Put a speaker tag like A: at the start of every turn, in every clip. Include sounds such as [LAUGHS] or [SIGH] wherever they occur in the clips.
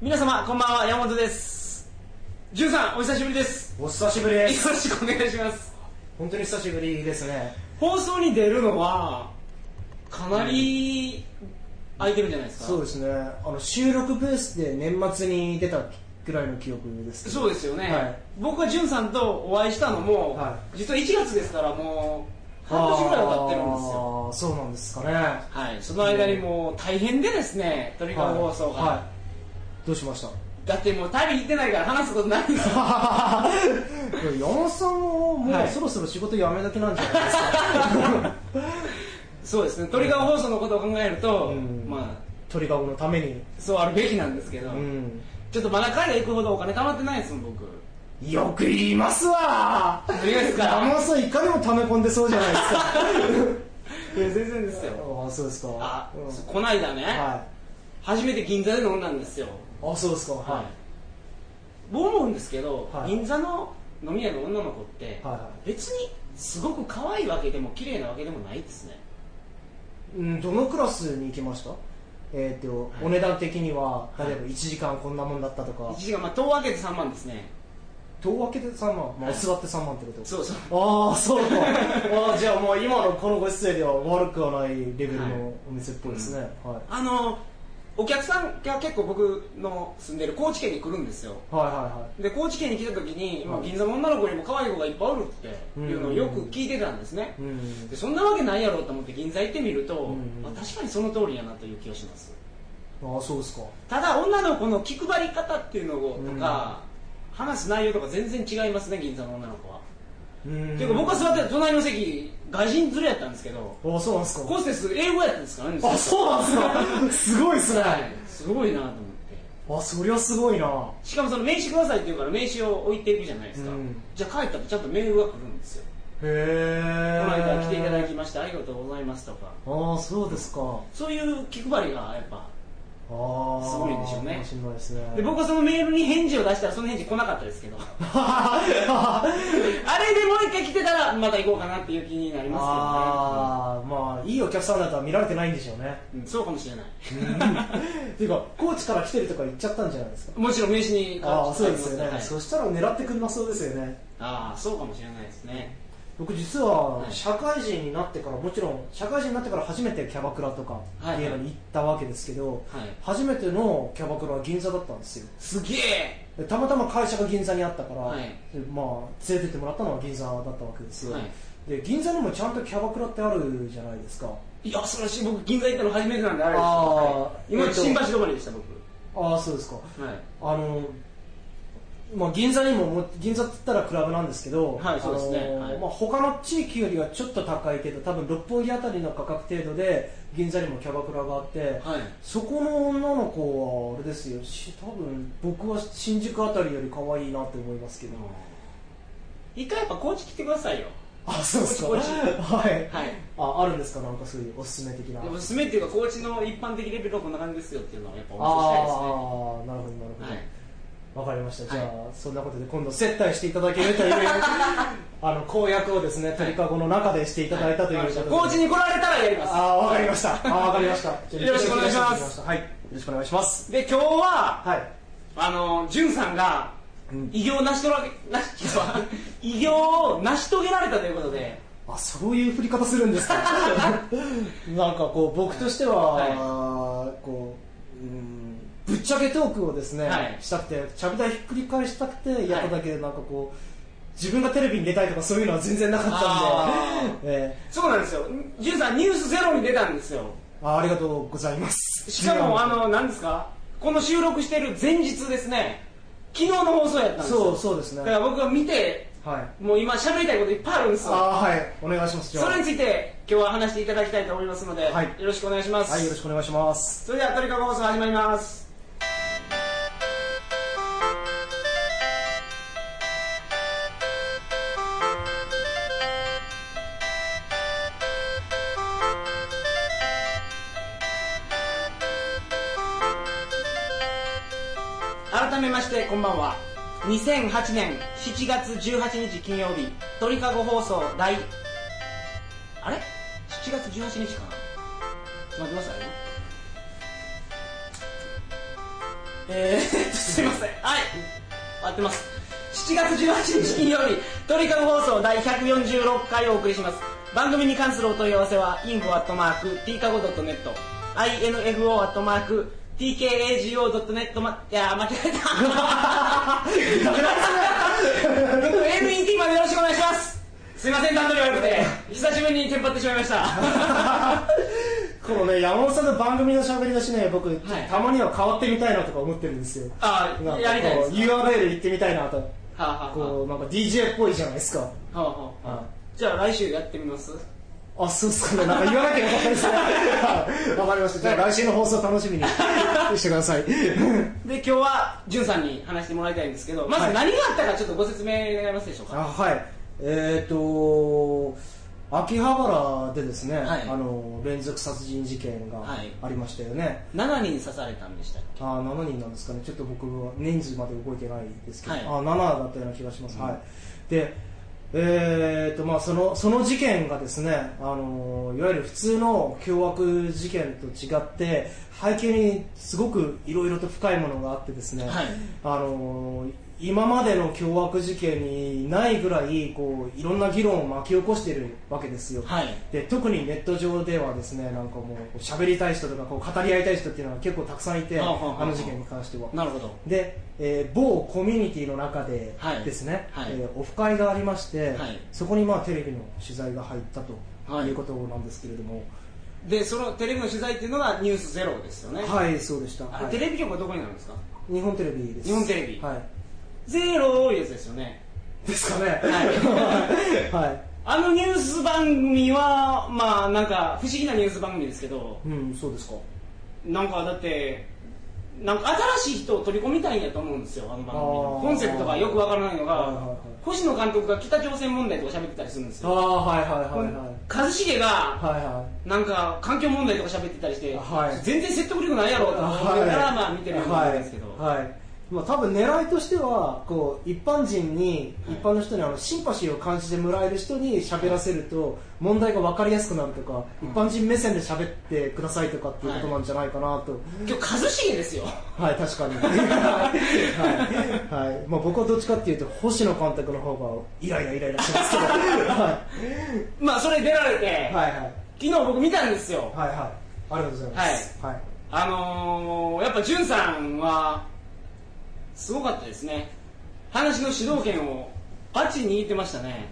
A: 皆様こんばんは山本ですじゅんさんお久しぶりです
B: お久しぶり
A: よ
B: で
A: ろ
B: す
A: しくお願いします
B: 本当に久しぶりですね
A: 放送に出るのはかなり空いてるんじゃないですか
B: そうですねあの収録ブースで年末に出たぐらいの記憶ですけど
A: そうですよね、
B: はい
A: 僕はじゅんさんとお会いしたのも、
B: は
A: 実は1月ですからもう半年ぐらいは経ってるんですよ
B: あーそうなんですかねは
A: はい、その間にもう大変でですね、トリカゴ放送が、
B: はいどうしました
A: だってもう旅行ってないから話すことないんですよ
B: 山本さんもも
A: は
B: う
A: い
B: そろそろ仕事辞めだけなんじゃないです
A: [LAUGHS]
B: か、
A: そうですね、トリカゴ放送のことを考えると、
B: うん
A: ま
B: 鳥籠のために
A: あ、そうあるべきなんですけど、
B: うん
A: ちょっとまだ彼行くほどお金貯まってないですもん、
B: [LAUGHS]
A: 僕。
B: よく言いますわ
A: 何がですか
B: 山本さんいかにも溜め込んでそうじゃないですか
A: いや、全然ですよ。
B: ああそうですか
A: あ、
B: うん
A: そうこないだね、
B: は
A: 初めて銀座で飲んだんですよ。
B: いあそうですか
A: は。
B: はい
A: 僕思うんですけど、
B: はい
A: 銀座の飲み屋の女の子って、
B: はいはい
A: 別にすごく可愛いわけでも綺麗なわけでもないですね。
B: うん、どのクラスに行きましたえっ、と、お値段的には、例えば1時間こんなもんだったとか
A: 1、時間、まあ、遠分けて3万ですね。
B: 遠分けで3万、ま
A: は
B: あ、
A: い
B: 座って3万ってこと
A: そうそう。
B: ああ、そうか。ああ、じゃあもう今のこのご時世では悪くはないレベルのお店っぽいですね。はい。
A: あのお客さんが結構僕の住んでる高知県に来るんですよ
B: はいはいは
A: で高知県に来た時に、まあ
B: はい
A: 銀座の女の子にも可愛い子がいっぱいおるっていうのをよく聞いてたんですね
B: い。うん
A: で。そんなわけないやろうと思って銀座行ってみると、
B: うん
A: まあ確かにその通りやなという気がします
B: ああ、そうですか。
A: ただ女の子の気配り方っていうのをとか、話す内容とか全然違いますね銀座の女の子は、
B: うん
A: っていうか僕が座ってた隣の席外人連れやったんですけど
B: ああ、そうなんです
A: コ
B: か。
A: ーステス英語やったんですからね
B: あそうなんですか。すごいですね。
A: はいすごいなと思って
B: あ、そりゃすごいな。
A: しかもその名刺くださいって言うから名刺を置いていくじゃないですか、
B: うん
A: じゃあ帰ったらちゃんとメールが来るんですよ、
B: へえ。
A: この間来ていただきましてありがとうございますとか
B: ああ、そうですか。あ
A: そういう気配りがやっぱ
B: あ。すご
A: いんでしょうね
B: かもしれないですね。
A: で僕はそのメールに返事を出したらその返事来なかったですけ
B: [LAUGHS]
A: どあれでもう一回来てたらまた行こうかなっていう気になりま
B: ああまあいいお客さんだとは見られてないんでしょ
A: [LAUGHS]
B: うね
A: すけどね、うんそうかもしれない
B: っていうか高知から来てるとか言っちゃったんじゃないですか
A: もちろん名刺に
B: ああそうですよね、
A: はい
B: そしたら狙ってくんなそうですよね
A: ああそうかもしれないですね
B: 僕実は
A: はい
B: 社会人になってからもちろん社会人になってから初めてキャバクラとか
A: はい
B: 映画に行ったわけですけど、
A: はい
B: 初めてのキャバクラは銀座だったんですよ
A: すげえ
B: でたまたま会社が銀座にあったから、
A: はい
B: でまあ連れてってもらったのは銀座だったわけですよ、
A: はい
B: で銀座にもちゃんとキャバクラってあるじゃないですか
A: いやそれし僕銀座行ったの初めてなんであれです
B: ああ
A: はい今
B: えっと
A: 新橋止まりでした僕
B: ああそうですか
A: はい
B: あのまあ、銀座にももう銀座って言ったらクラブなんですけど、
A: はいそうですね
B: あの
A: はい
B: まあ、他の地域よりはちょっと高いけど多分六本木あたりの価格程度で銀座にもキャバクラがあって、
A: はい
B: そこの女の子はあれですよし多分僕は新宿あたりより可愛いなって思いますけど、
A: 一回やっぱ高知来てくださいよ
B: あそうですか
A: こっちこっち
B: はい
A: はい
B: ああるんですかなんかそういうおすすめ的な
A: おすすめっていうか高知の一般的レベルはこんな感じですよっていうのはやっぱお
B: ああなるほどなるほど、
A: 見せしたいですね
B: わかりました、
A: はい
B: じゃあそんなことで今度接待していただけると [LAUGHS] いうあの公約をですね鳥かごの中でしていただいたという
A: は
B: こ
A: い
B: とで、
A: 高知に来られたらやりま
B: ああわかりましたああわかりました
A: よろしくお願いします
B: はいよろしくお願いします
A: すで今日は
B: はい
A: あのじゅんさんが
B: うん
A: 偉業を成し遂げな [LAUGHS] 偉業を成し遂げられたということで
B: あそういう振り方するん [LAUGHS] ですかなんかこう僕としては、
A: はい
B: こううんぶっちゃけトークをですね、
A: はい
B: したくてちゃぶ台ひっくり返したくてやっただけでなんかこう自分がテレビに出たいとかそういうのは全然なかったんで、ええ
A: そうなんですよじゅんさんニュースゼロに出たんですよ
B: あありがとうございます
A: しかもあの何ですかこの収録してる前日ですね昨日の放送やったんですよ
B: そうそうですね
A: だから僕が見て
B: はい
A: もう今喋りたいこといっぱいあるんです
B: あ
A: よ
B: あはいお願いしますじゃあ
A: それについて今日は話していただきたいと思いますので、
B: はい
A: よろしくお願いします、
B: はいよろしくお願いします
A: それではトリカゴ放送始まります改めましてこんばんは2008年7月18日金曜日鳥かご放送第あれ ?7 月18日かな待ってくださいね。えー、っとすいませんはい合ってます7月18日金曜日鳥かご放送第146回をお送りします番組に関するお問い合わせは info.tkago.net info.tkago.net まいやー間違えた NET までよろしくお願いしますすいません段取り悪くて久しぶりにテンパってしまいました
B: このね、山本さんの番組の喋り出しね、僕、たまには変わってみたいなとか思ってるんですよ。
A: あ
B: なん
A: ー
B: か
A: やりたいです
B: こう URL 行ってみたいなと。
A: はあ、はあはあ
B: こう、なんか DJ っぽいじゃないですか。
A: はあはあじゃあ来週やってみます
B: あ、そうっすかね。なんか言わなきゃよかったですね。はいわかりました。じゃあ来週の放送楽しみにしてください。
A: で今日はじゅんさんに話してもらいたいんですけどまず
B: はい
A: 何があったかちょっとご説明願いますでしょうか
B: あはいえっ、と秋葉原でですね、
A: はい
B: あの連続殺人事件が
A: はい
B: ありましたよね、
A: 7人刺されたんでしたっけ
B: あ7人なんですかねちょっと僕は年次まで動いてないですけど、
A: はい
B: あ7だったような気がします、はいでえーとまあ、そのその事件がですねあのいわゆる普通の凶悪事件と違って背景にすごくいろいろと深いものがあってですね、
A: はい
B: あの今までの凶悪事件にないぐらいこういろんな議論を巻き起こしているわけですよ、
A: はい
B: で特にネット上ではですねなんかもうこう喋りたい人とかこう語り合いたい人っていうのは結構たくさんいて
A: あはあはあ
B: あの事件に関しては
A: なるほど
B: で、えー某コミュニティの中で
A: はい
B: ですね、
A: はい
B: えーオフ会がありまして、
A: はい
B: そこにまあテレビの取材が入ったと
A: はい
B: いうことなんですけれども
A: でそのテレビの取材っていうのが「ニュースゼロですよね、
B: はい、そうでした、
A: あれ
B: はい
A: テレビ局はどこになるんですか
B: 日本テレビです
A: 日本テレビ
B: はい
A: ゼロ多いやつですよね
B: ですかね
A: は
B: [LAUGHS] はい
A: あのニュース番組はまあなんか不思議なニュース番組ですけど
B: うん、そうですか
A: なんかだってなんか新しい人を取り込みたいんやと思うんですよあの番組の
B: あー
A: コンセプトがよくわからないの
B: はいはいは
A: が
B: い
A: 星野監督が北朝鮮問題とか喋ってたりするんです
B: あ
A: よ
B: あはいはいはいはい
A: 一茂が
B: はいはい
A: なんか環境問題とか喋ってたりして、
B: はい
A: 全然説得力ないやろと思いながら、まあ見てるようなもんですけど、
B: はいはいまあ、多分狙いとしてはこう一般人に、
A: はい
B: 一般の人にあのシンパシーを感じてもらえる人に喋らせると問題が分かりやすくなるとか、
A: うん
B: 一般人目線で喋ってくださいとかっていうことなんじゃないかなと、
A: 今日一茂ですよ
B: はい、確かに、はいはいまあ、僕はどっちかっていうと星野監督の方がイライライライラしますけど、は
A: まあそれ出られて、
B: い、はいはい
A: 昨日僕見たんですよ
B: はいはいありがとうございます、はい
A: あのー、やっぱ潤さんはすごかったですね話の主導権をバチ握ってましたね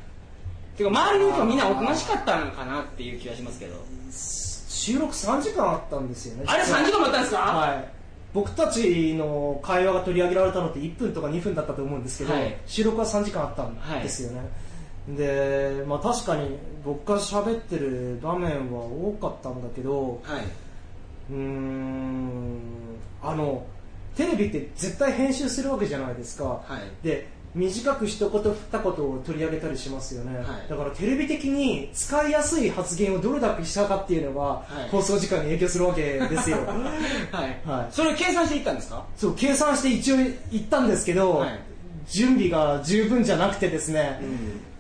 A: てか周りの人はみんなおとなしかったのかなっていう気がしますけど
B: 収録3時間あったんですよね
A: あれ
B: 実は
A: 3時間もあったんですか、
B: はい、僕たちの会話が取り上げられたのって1分とか2分だったと思うんですけど、
A: はい
B: 収録は3時間あったんですよね、で、まあ、確かに僕が喋ってる場面は多かったんだけど
A: はい、
B: うーんあのテレビって絶対編集するわけじゃないですか、
A: はい
B: で短く一言二言を取り上げたりしますよね、
A: はい
B: だからテレビ的に使いやすい発言をどれだけしたかっていうのが、
A: い
B: 放送時間に影響するわけです
A: [LAUGHS]
B: よ
A: はい
B: はい
A: それを計算していったんですか
B: そう計算して一応行ったんですけど、
A: はい
B: 準備が十分じゃなくてですね、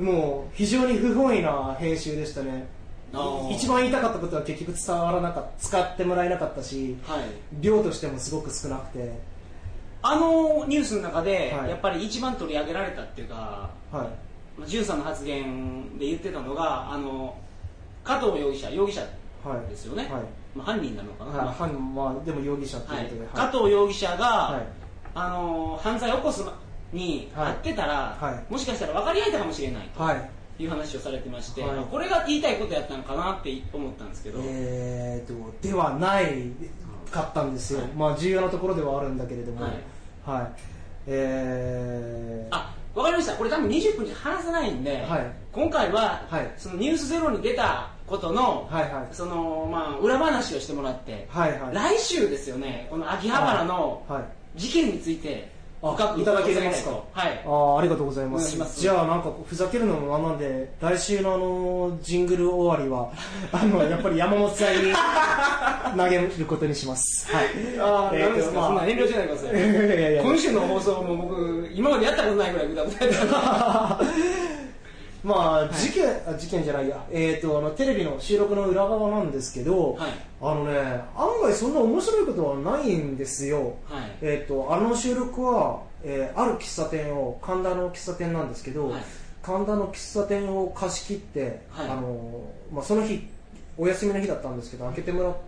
B: もう非常に不本意な編集でしたね
A: あー
B: 一番言いたかったことは結局伝わらなかった使ってもらえなかったし
A: はい
B: 量としてもすごく少なくて
A: あのニュースの中で、
B: はい
A: やっぱり一番取り上げられたっていうか
B: は
A: まあ潤さんの発言で言ってたのがあの加藤容疑者容疑者
B: いはい
A: ですよね、
B: はい
A: まあ、犯人なのかな、
B: はい犯まあ、でも容疑者と
A: は
B: いう
A: い
B: ことで、、
A: 加藤容疑者が、
B: はい
A: あのー犯罪を起こすに
B: はい
A: 会ってたら、
B: は
A: もしかしたら分かり合えたかもしれない
B: はい、
A: という話をされてまして、
B: はい
A: これが言いたいことやったのかなって思ったんですけど、
B: えー、とではないかったんですよ、
A: はい
B: まあ、重要なところではあるんだけれども、
A: は
B: はいいえー
A: あ分かりましたこれ多分20分じゃ話せないんで、
B: はい
A: 今回は、
B: はい
A: そのニュースゼロに出たことの、
B: はいはい
A: そのまあ、裏話をしてもらって、
B: はいはい
A: 来週ですよねこの秋葉原の
B: はいはい
A: 事件について
B: あ
A: 深く
B: いただけま
A: お
B: すか
A: 伝えしたいとはい
B: あーありがとうございま
A: お願い
B: す
A: します
B: じゃあなんかこうふざけるのもなんで来週のあのジングル終わりは [LAUGHS] あのやっぱり山本さんに投げることにしますはい
A: あー
B: えーと
A: ダメですか
B: まあ
A: そんな遠慮しないでください
B: [LAUGHS] いやいやいや
A: 今週の放送も僕今までやったことないぐらいぐだぐだやった
B: [LAUGHS] まあ
A: い
B: 事件、あ事件じゃないや、えー、とあのテレビの収録の裏側なんですけど、
A: はい
B: あのね案外そんな面白いことはないんですよ、
A: はい
B: えー、とあの収録は、えーある喫茶店を神田の喫茶店なんですけど、
A: はい
B: 神田の喫茶店を貸し切って、
A: はい
B: あのまあ、その日お休みの日だったんですけど開けてもらって、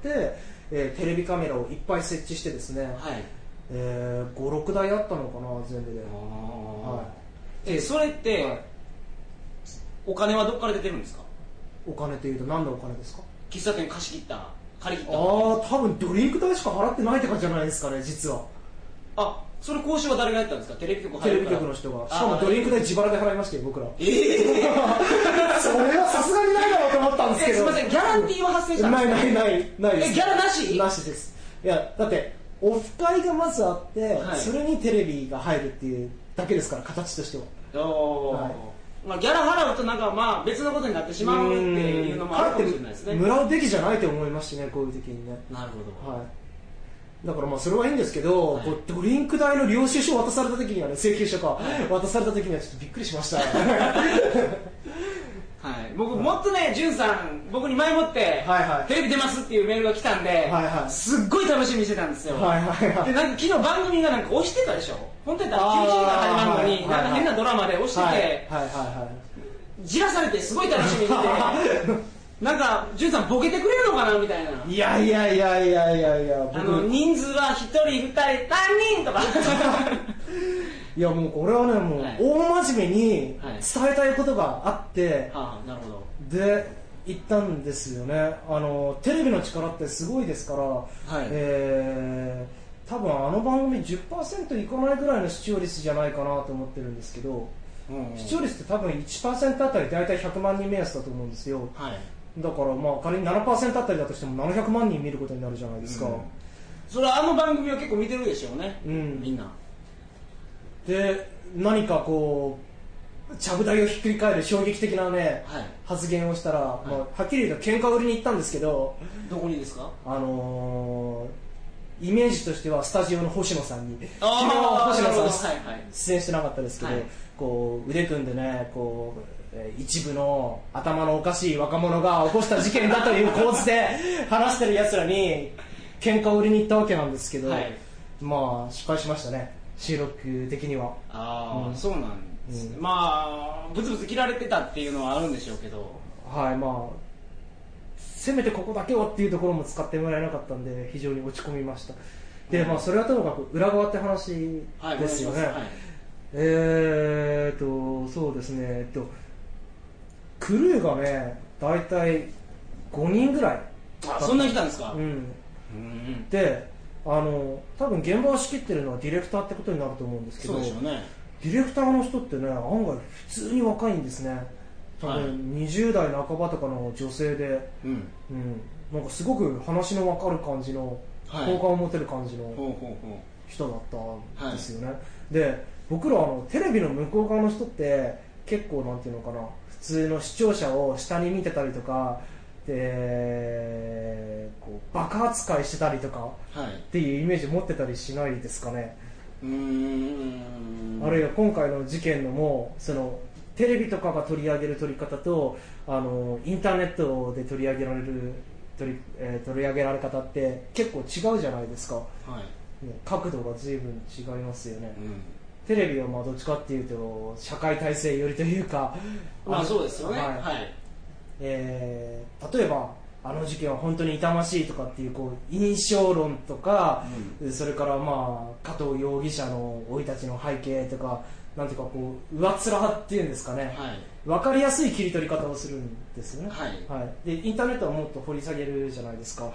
B: えーテレビカメラをいっぱい設置してですね、
A: はい
B: えー、56台あったのかな全部で、は
A: はいいえそれって、
B: はい
A: お金はどこから出てるんですか
B: お金というと何のお金ですか
A: 喫茶店貸し切った借り
B: あ
A: 切った
B: あ
A: あ
B: ー多分ドリンク代しか払ってないって感じじゃないですかね実は
A: あそれ交渉は誰がやったんですかテレビ局入
B: テレ
A: る
B: ビ
A: から
B: 局の人がし
A: あー
B: かもドリンク代自腹で払いましたよ僕ら
A: ええ
B: それはさすがにないだろうと思ったんですけ
A: え
B: ど
A: すみませんギャランティーは発生したんで
B: な
A: す
B: い
A: か
B: ないないないです
A: えギャラなし
B: なしですいやだってオフ会がまずあって、
A: はい
B: それにテレビが入るっていうだけですから形としては
A: おー
B: はい
A: まあ、ギャラ払うとなんかまあ別のことになってしまうっていうのもあるかもしれないですね
B: うんかえってもらうべきじゃないと思いますしねこういう時にね
A: なるほど、
B: はい、だからまあそれはいいんですけど、
A: はい
B: こうドリンク代の領収書渡された時にはね請求書か、
A: い
B: 渡された時にはちょっとびっくりし
A: [LAUGHS]
B: ました、
A: はい、僕もっとね、じゅんさん、僕に前もって、
B: はいはい
A: テレビ出ますっていうメールが来たんで、
B: はいはい
A: すっごい楽しみにしてたんですよ。
B: はいはいはい
A: でなんか昨日番組がなんか押してたでしょ本当やったら90時から始まるのに、
B: あーはいはい
A: なんか変なドラマで押してて、
B: はいはいは
A: じらされてすごい楽しみにして
B: [LAUGHS]
A: てなんかじゅんさんボケてくれるのかなみたいない
B: はいいやいやいやいやいやいや
A: あの
B: 僕
A: 人数は1人2人3人とか
B: いやもうこれはねもう
A: はい
B: 大真面目に
A: はい
B: 伝えたいことがあって、
A: はあなるほど
B: で行ったんですよねあのテレビの力ってすごいですから、
A: い
B: えー多分あの番組10%いかないぐらいの視聴率じゃないかなと思ってるんですけど視聴率って多分1%あたり大体100万人目安だと思うんですよ
A: はい
B: だからまあ仮に7%あたりだとしても700万人見ることになるじゃないですか、
A: うんそれはあの番組は結構見てるでしょうね、
B: うん
A: みんな
B: で何かこうちゃぶ台をひっくり返る衝撃的なね、
A: はい
B: 発言をしたら、
A: い
B: まあ、はっきり言うと喧嘩売りに行ったんですけど
A: どこにですか
B: あのーイメージとしてはスタジオの星野さんに昨日
A: あー
B: 星野
A: なる
B: さん
A: ほどはいはい
B: 出演してなかったですけど、
A: はい
B: こう腕組んでねこうえー一部の頭のおかしい若者が起こした事件だという構図で [LAUGHS] 話してるやつらに喧嘩を売りに行ったわけなんですけど、
A: はい
B: まあ失敗しましたね収録的には
A: ああ、
B: うん
A: そうなんですね、
B: う
A: まあブツブツ切られてたっていうのはあるんでしょうけど
B: はいまあせめてここだけはっていうところも使ってもらえなかったんで非常に落ち込みましたで、まあそれはともかく裏側って話
A: はい
B: ですよね、
A: お願いします
B: えーとそうですねえっとクルーがね大体5人ぐらい
A: はい、あそんなに来たんですか、
B: うん
A: うん
B: であの多分現場を仕切ってるのはディレクターってことになると思うんですけ
A: そ
B: ど
A: うでしょうね
B: ディレクターの人ってね案外普通に若いんですね多
A: はい
B: 分20代半ばとかの女性で、
A: うん
B: うん、なんかすごく話の分かる感じの、
A: はい
B: 好感を持てる感じの
A: ほうほうほ
B: 人だったんですよね、で僕らあのテレビの向こう側の人って結構なんていうのかな普通の視聴者を下に見てたりとかでこう爆発会してたりとか
A: うはい
B: っていうイメージ持ってたりしないですかね、
A: うーん
B: あるいは今回の事件のもそのテレビとかが取り上げる取り方とあのインターネットで取り上げられる取り,、えー取り上げられ方って結構違うじゃないですか、
A: はい、
B: ね角度が随分違いますよね、
A: うん
B: テレビはまあどっちかっていうと社会体制寄りというか
A: まあ
B: の
A: そうですよね
B: は
A: はいい、
B: えー例えばあの事件は本当に痛ましいとかっていうこう印象論とか、それからまあ加藤容疑者の生い立ちの背景とかなんていうかこう上っ面っていうんですかね、
A: はい
B: 分かりやすい切り取り方をするんですよね、
A: はい
B: でインターネットはもっと掘り下げるじゃないですか、
A: は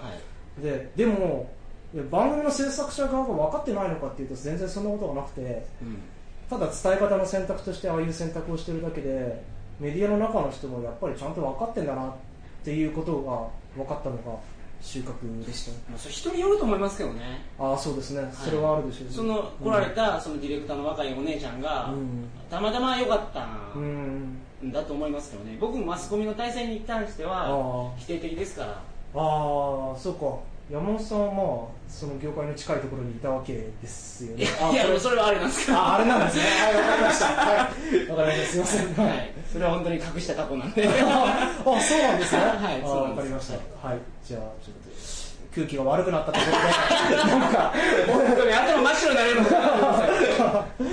A: い
B: ででもいや番組の制作者側が分かってないのかっていうと全然そんなことがなくて
A: うん
B: ただ伝え方の選択としてああいう選択をしてるだけでメディアの中の人もやっぱりちゃんと分かってんだなっていうことが分かったのが収穫でしたね
A: まあそれ人によると思いますけどね
B: ああそうですね、それはあるでしょうね
A: その来られたそのディレクターの若いお姉ちゃんが、
B: うん
A: たまたま良かった
B: うん、うん
A: んだと思いますけどね僕もマスコミの体制に関して
B: あ
A: は
B: ー
A: 否定的ですから
B: ああそうか山本さんはまあその業界の近いところにいたわけですよ
A: い
B: ね
A: やいやでもそれはあれなんですけど
B: ああれなんですねはいわかりました [LAUGHS] はいわかりましたすいません
A: はい、それは本当に隠した過去なんで
B: ああそうなんですね
A: はい
B: あ
A: そうなんです
B: わかりましたはいじゃあちょっと空気が悪くなったところでなんか
A: 本当に頭真っ白になれるのか
B: [LAUGHS]
A: なと思ってたんですけ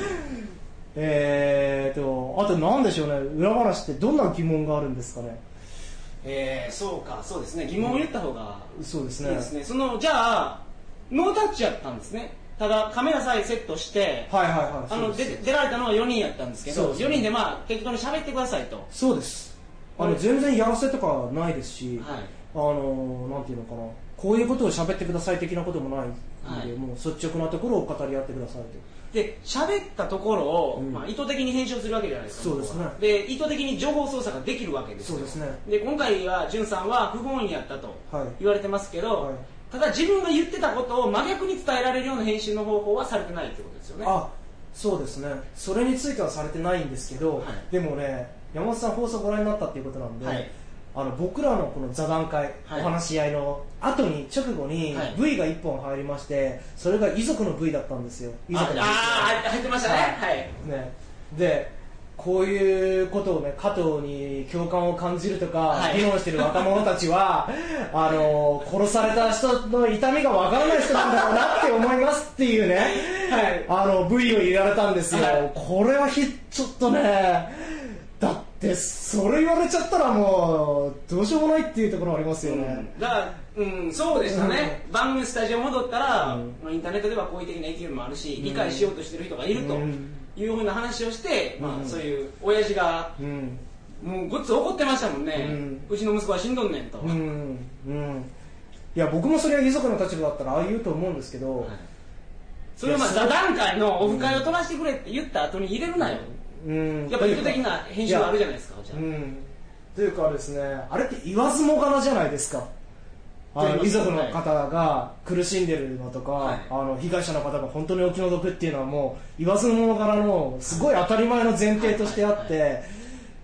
A: ど
B: えーとあと何でしょうね裏話ってどんな疑問があるんですかね
A: えー、そうかそうですね疑問を言った方が
B: そうです
A: いい
B: ね
A: ですねそのじゃあノータッチやったんですねただカメラさえセットして
B: はいはいはい
A: あの
B: そう
A: で
B: です
A: 出られたのは4人やったんですけ
B: そう
A: ど
B: ですね
A: 4人でまあ適当に喋ってくださいとは
B: そうですあの全然やらせとかないですし、
A: い
B: あのなんていうのかなこういうことを喋ってください的なこともないので、
A: はい
B: もう率直なところを語り合ってくださいと
A: で喋ったところを、
B: うん
A: まあ、意図的に編集するわけじゃないですか
B: そうですね
A: 僕はで意図的に情報操作ができるわけですよ
B: そうですね
A: で今回はんさんは不本意やったと
B: はい
A: 言われてますけど、
B: はい
A: ただ自分が言ってたことを真逆に伝えられるような編集の方法はされてないってことですよね
B: あそうですねそれについてはされてないんですけど、
A: はい
B: でもね山本さん放送ご覧になったっていうことなんで、
A: はい
B: あの僕らのこの座談会、
A: はい
B: お話し合いの後に直後に
A: はい
B: V が1本入りましてそれが遺族の V だったんですよ遺
A: あ
B: 族の V
A: あー入ってましたねはい
B: ね、でこういうことをね加藤に共感を感じるとか、
A: はい
B: 議論してる若者たちは [LAUGHS] あの殺された人の痛みがわからない人なんだろうなって思いますっていうね、あの V を入れられたんですよ、
A: はい
B: これはひちょっとねだってそれ言われちゃったらもうどうしようもないっていうところありますよね、
A: うんだから、うん、そうでしたね、番組スタジオ戻ったら、
B: うん
A: まあ、インターネットでは好意的な意見もあるし、理解しようとしてる人がいると
B: うん
A: いうふうな話をして、ま
B: う
A: あ、
B: ん
A: そういう親父が、
B: うん
A: もうごっつ怒ってましたもんね、
B: う
A: うんちの息子は死んどんねんと、
B: うんうんいや僕もそれは遺族の立場だったらああ言うと思うんですけど、
A: はいそれをまあ
B: いや
A: 座談会のオフ会を取らせてくれって言った後に入れるなよ、
B: うん
A: やっぱ意図的な編集があるじゃないですか、じゃあ
B: うん、というかですねあれって言わずもがなじゃないですかあ
A: と言い
B: の遺
A: ますと
B: 族の方が苦しんでるのとか、
A: はい
B: あの被害者の方が本当にお気の毒っていうのはもう言わずもがなのすごい当たり前の前提としてあって、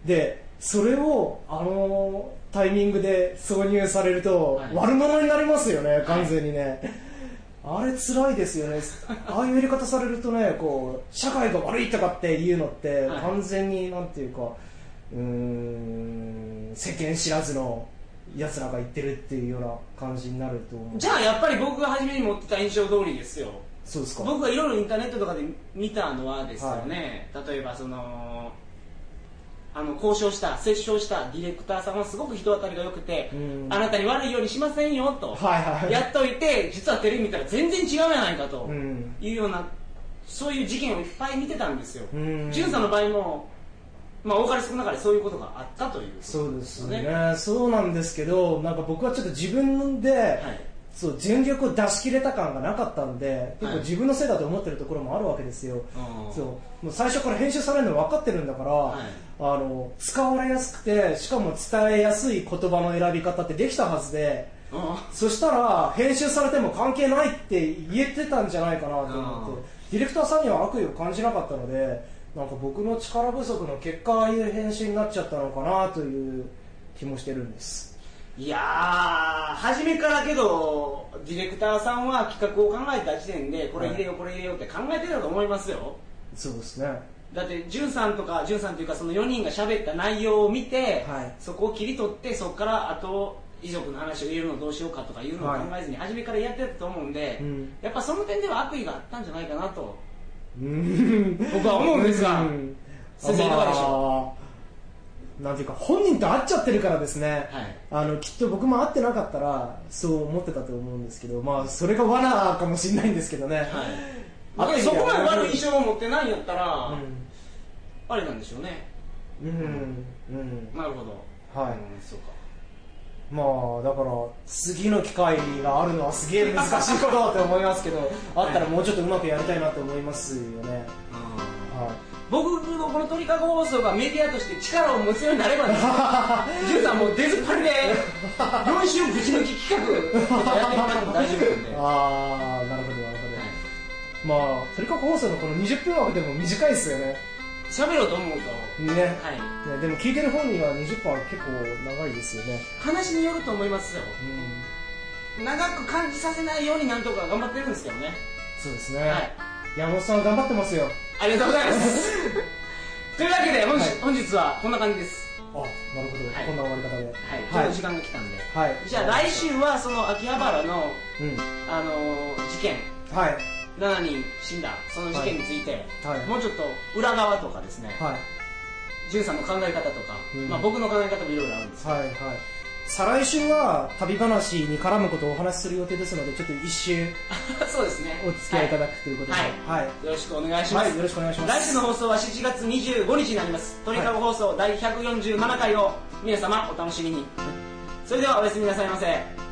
B: でそれをあのタイミングで挿入されると
A: はい
B: 悪者になりますよね、完全にね。あれ辛いですよね、ああいうやり方されるとね、こう社会が悪いとかっていうのって、
A: はい
B: 完全になんていうか、うーん、世間知らずのやつらが言ってるっていうような感じになると思う、
A: じゃあやっぱり僕が初めに持ってた印象通りですよ
B: そうですか、
A: 僕がいろいろインターネットとかで見たのはですよね、例えばそのあの交渉した折衝したディレクターさんはすごく人当たりが良くて、
B: うん
A: あなたに悪いようにしませんよと、
B: はいはい
A: やっといて実はテレビ見たら全然違うじゃないかと
B: うん
A: いうような、そういう事件をいっぱい見てたんですよ、
B: うん
A: 潤さんの場合も、まあ、多かれ少なかれそういうことがあったという
B: そうですね、そうなんですけど、なんか僕はちょっと自分で、
A: はい
B: そう全力を出し切れた感がなかったんで、結構自分のせいだと思ってるところもあるわけですよ。
A: うん
B: そうもう最初から編集されるの分かってるんだから、
A: はい
B: あの使われやすくてしかも伝えやすい言葉の選び方ってできたはずで
A: うん
B: そしたら編集されても関係ないって言えてたんじゃないかなと思ってディレクターさんには悪意を感じなかったのでなんか僕の力不足の結果ああいう編集になっちゃったのかなという気もしてるんです
A: いやー、初めからけど、ディレクターさんは企画を考えた時点で、これ入れよう、これ入れようって考えてたと思いますよ。
B: そうですね
A: だって、じゅんさんとか、じゅんさんというか、その4人が喋った内容を見て、
B: はい
A: そこを切り取って、そこからあと、遺族の話を入れるのどうしようかとかいうのを考えずに、初めからやってたと思うんで、
B: うん
A: やっぱその点では悪意があったんじゃないかなと。
B: うん
A: 僕は思うんですが
B: うん
A: 先生いかがでし
B: まあなんていうか本人と会っちゃってるからですね、
A: はい
B: あのきっと僕も会ってなかったらそう思ってたと思うんですけど、まあ、それが罠かもしれないんですけどね、
A: あとそこまで悪い印象を持ってないんやったら、
B: う
A: あれなんでしょうね。
B: んうんうん
A: なるほど。
B: はい
A: うんそうか。
B: まあだから次の機会があるのはすげえ難しいことだと思います
A: [LAUGHS]
B: けどあったらもうちょっとうまくやりたいなと思いますよね、
A: うん
B: はい
A: 僕のこの鳥かご放送がメディアとして力を持つようになればですよジュンさんもう出ずっぱりで4週ぶち抜き企画やってもらっても大丈夫なんで、は
B: ああなるほどなるほど、まあ、鳥かご放送のこの20分枠でも短いですよね。
A: い、喋ろうと思う
B: ね。
A: と、はい、
B: ねでも聞いてる本人は20分は結構長いですよね。
A: 話によると思いますよ
B: うん。
A: 長く感じさせないようになんとか頑張ってるんですけどね
B: そうですね、
A: はい
B: 山本さん頑張ってますよ
A: ありがとうございますというわけで本日,、
B: はい
A: 本日はこんな感じです
B: あなるほど、
A: はい
B: こんな終わり方で
A: はい、
B: はい
A: ちょっと時間が来たんで、
B: はい
A: じゃあ来週はその秋葉原の、
B: うん
A: あのー事件
B: はい
A: 7人死んだその事件について、
B: はいはい
A: もうちょっと裏側とかですね、
B: はい
A: じゅんさんの考え方とか、
B: うん
A: まあ、僕の考え方もいろいろあるんです [LAUGHS]
B: はいはい再来週は旅話に絡むことをお話しする予定ですのでちょっと一周
A: そうですね
B: お付き合いいただくということで
A: はい、
B: はい
A: よろしくお願いします、
B: はいよろしくお願いします
A: 来週の放送は7月25日になります鳥かご放送第147回を皆様お楽しみに、それではおやすみなさいませ